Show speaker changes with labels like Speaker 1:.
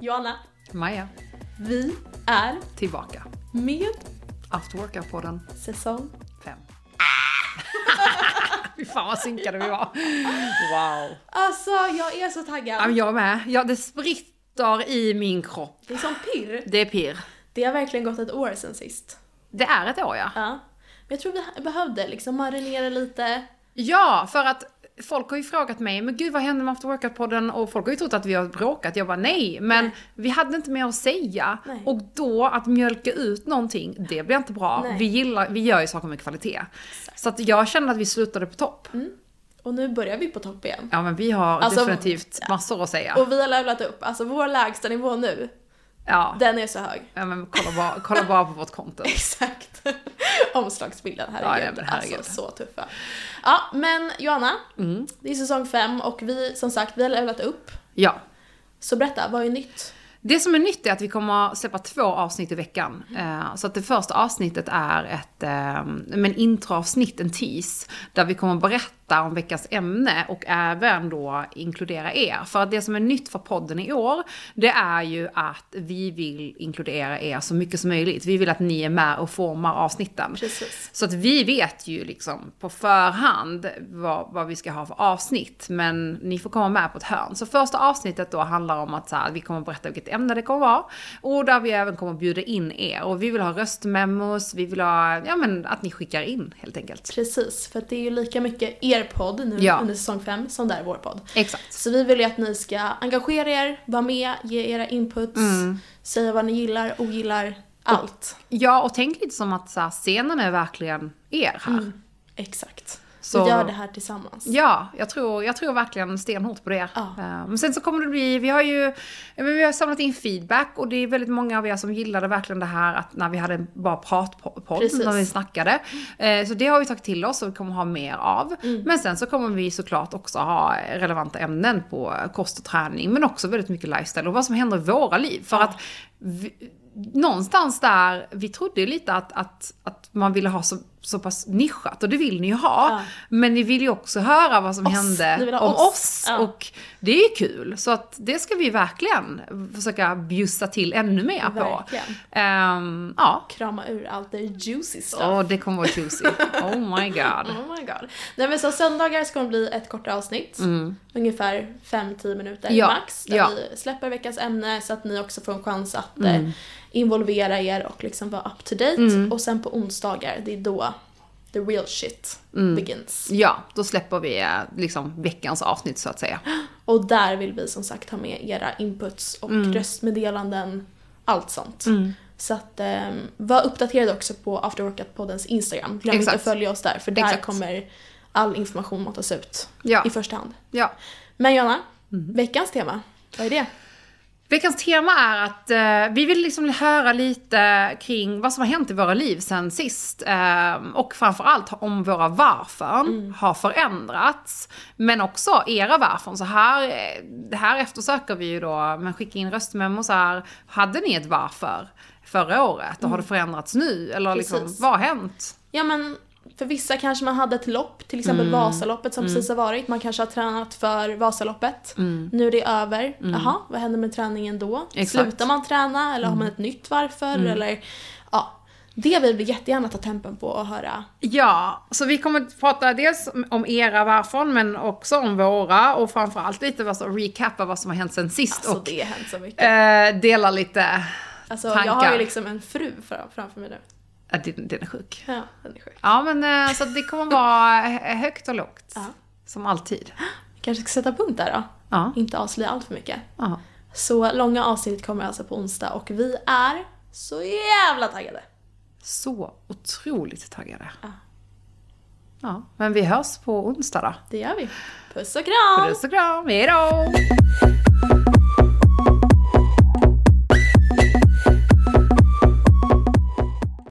Speaker 1: Diana.
Speaker 2: Maja,
Speaker 1: Vi är
Speaker 2: tillbaka.
Speaker 1: med
Speaker 2: Afterworkar-podden
Speaker 1: säsong
Speaker 2: 5. Fy fan vad synkade vi var. Wow.
Speaker 1: Alltså jag är så taggad.
Speaker 2: Ja, men Jag med. Ja, det spritter i min kropp.
Speaker 1: Det är som pirr.
Speaker 2: Det är pirr.
Speaker 1: Det har verkligen gått ett år sen sist.
Speaker 2: Det är ett år ja.
Speaker 1: Ja. Men jag tror vi behövde liksom marinera lite.
Speaker 2: Ja, för att folk har ju frågat mig, men gud vad hände med After Workout-podden? Och folk har ju trott att vi har bråkat. Jag bara nej, men
Speaker 1: Nej.
Speaker 2: vi hade inte mer att säga.
Speaker 1: Nej.
Speaker 2: Och då att mjölka ut någonting, det blir inte bra.
Speaker 1: Nej.
Speaker 2: Vi, gillar, vi gör ju saker med kvalitet. Så att jag kände att vi slutade på topp.
Speaker 1: Och nu börjar vi på topp igen.
Speaker 2: Ja men vi har
Speaker 1: Alltså,
Speaker 2: definitivt massor att säga.
Speaker 1: Och vi har levlat upp. Alltså vår lägsta nivå nu,
Speaker 2: Ja,
Speaker 1: den är så hög.
Speaker 2: ja men kolla bara, kolla bara på vårt konto.
Speaker 1: Exakt. Omslagsbilden,
Speaker 2: Ja,
Speaker 1: herregud.
Speaker 2: nej, men herregud.
Speaker 1: Alltså så tuffa. Ja, men Joanna,
Speaker 2: Mm.
Speaker 1: det är säsong 5 och vi, som sagt, vi har levlat upp.
Speaker 2: Ja.
Speaker 1: Så berätta, vad är nytt?
Speaker 2: Det som är nytt är att vi kommer att släppa två avsnitt i veckan. Eh, Så att det första avsnittet är ett eh, men introavsnitt, en tease, där vi kommer att berätta om veckans ämne och även då inkludera er. För att det som är nytt för podden i år, det är ju att vi vill inkludera er så mycket som möjligt. Vi vill att ni är med och formar avsnitten.
Speaker 1: Precis.
Speaker 2: Så att vi vet ju liksom på förhand vad, vad vi ska ha för avsnitt. Men ni får komma med på ett hörn. Så första avsnittet då handlar om att så här, vi kommer berätta vilket ämne det kommer vara. Och där vi även kommer bjuda in er. Och vi vill ha röstmemos, vi vill ha, ja men att ni skickar in helt enkelt.
Speaker 1: Precis, för att det är ju lika mycket er podd nu
Speaker 2: Ja.
Speaker 1: under säsong 5 som det är vår podd.
Speaker 2: Exakt.
Speaker 1: Så vi vill ju att ni ska engagera er, vara med, ge era inputs,
Speaker 2: Mm.
Speaker 1: säga vad ni gillar, ogillar, allt.
Speaker 2: Ja, och tänk lite som att så här, scenen är verkligen er här.
Speaker 1: Exakt. Så
Speaker 2: Så-
Speaker 1: vi gör det här tillsammans.
Speaker 2: Ja, jag tror, jag tror verkligen stenhårt på det.
Speaker 1: Ja.
Speaker 2: Eh, Men sen så kommer det bli, vi har ju men vi har samlat in feedback och det är väldigt många av er som gillade verkligen det här att när vi hade en bara pratpodd,
Speaker 1: Precis.
Speaker 2: när vi snackade. Eh, Så det har vi tagit till oss och vi kommer ha mer av.
Speaker 1: Mm.
Speaker 2: Men sen så kommer vi såklart också ha relevanta ämnen på kost och träning men också väldigt mycket lifestyle och vad som händer i våra liv. För att vi, någonstans där, vi trodde ju lite att, att, att man ville ha så, så pass nischat och det vill ni ju ha.
Speaker 1: Ja.
Speaker 2: Men ni vill ju också höra vad som
Speaker 1: Oss. Ni vill
Speaker 2: hände
Speaker 1: ha
Speaker 2: om
Speaker 1: oss.
Speaker 2: oss.
Speaker 1: Ja.
Speaker 2: Och det är ju kul. Så att det ska vi verkligen försöka bjussa till ännu mer på.
Speaker 1: Verkligen.
Speaker 2: Ehm, ja.
Speaker 1: Krama ur allt det juicy stuff.
Speaker 2: Åh, det kommer vara juicy. Oh my god.
Speaker 1: Oh my god. Nej men så söndagar ska det bli ett kortare avsnitt. Ungefär 5-10 minuter
Speaker 2: Mm. Ja,
Speaker 1: max. Där
Speaker 2: ja. Mm.
Speaker 1: vi släpper veckans ämne så att ni också får en chans att eh, involvera er och liksom vara up to date. Och sen på onsdagar, det är då the real shit
Speaker 2: Mm.
Speaker 1: begins.
Speaker 2: Ja, då släpper vi eh, liksom veckans avsnitt så att säga.
Speaker 1: Och där vill vi som sagt ha med era inputs och
Speaker 2: Mm.
Speaker 1: röstmeddelanden. Allt sånt. Så att eh, var uppdaterade också på After Workout-poddens Instagram. Glöm inte
Speaker 2: Exakt.
Speaker 1: att följa oss där för där
Speaker 2: Exakt.
Speaker 1: kommer all information matas ut
Speaker 2: Ja.
Speaker 1: i första hand.
Speaker 2: Ja.
Speaker 1: Men Joanna,
Speaker 2: Mm.
Speaker 1: veckans tema, vad är det?
Speaker 2: Veckans tema är att eh, vi vill liksom höra lite kring vad som har hänt i våra liv sen sist. Eh, och framförallt om våra varför har förändrats. Men också era varför. Så här, eh, det här eftersöker vi ju då, men skicka in röstmemo så här. Hade ni ett varför förra året? Och har det förändrats nu? Eller liksom,
Speaker 1: Precis.
Speaker 2: vad har hänt?
Speaker 1: Ja men för vissa kanske man hade ett lopp, till exempel
Speaker 2: Mm.
Speaker 1: Vasaloppet som precis har varit. Man kanske har tränat för Vasaloppet. Nu är det över. Jaha, vad händer med träningen då?
Speaker 2: Mm. Exakt. Mm.
Speaker 1: Slutar man träna eller har man ett nytt varför? Eller, ja, det vill vi jättegärna ta tempen på och höra.
Speaker 2: Ja, så vi kommer att prata dels om era varför, men också om våra. Och framförallt lite vad som, recappa vad som har hänt sen sist.
Speaker 1: Alltså
Speaker 2: och
Speaker 1: det har hänt så mycket.
Speaker 2: Eh, dela lite.
Speaker 1: Alltså,
Speaker 2: tankar.
Speaker 1: jag har ju liksom en fru fram- framför mig nu.
Speaker 2: Ja, den, den är sjuk.
Speaker 1: Ja, den är sjuk.
Speaker 2: Ja, men eh, så att det kommer vara hö- högt och lågt.
Speaker 1: Ja.
Speaker 2: Som alltid.
Speaker 1: Vi kanske ska sätta punkt där då.
Speaker 2: Ja.
Speaker 1: Inte avslöja allt för mycket.
Speaker 2: ja.
Speaker 1: Så långa avsnitt kommer alltså på onsdag och vi är så jävla taggade.
Speaker 2: Så otroligt taggade.
Speaker 1: Ja.
Speaker 2: Ja, men vi hörs på onsdag då.
Speaker 1: Det gör vi. Puss och kram!
Speaker 2: Puss och kram, hejdå!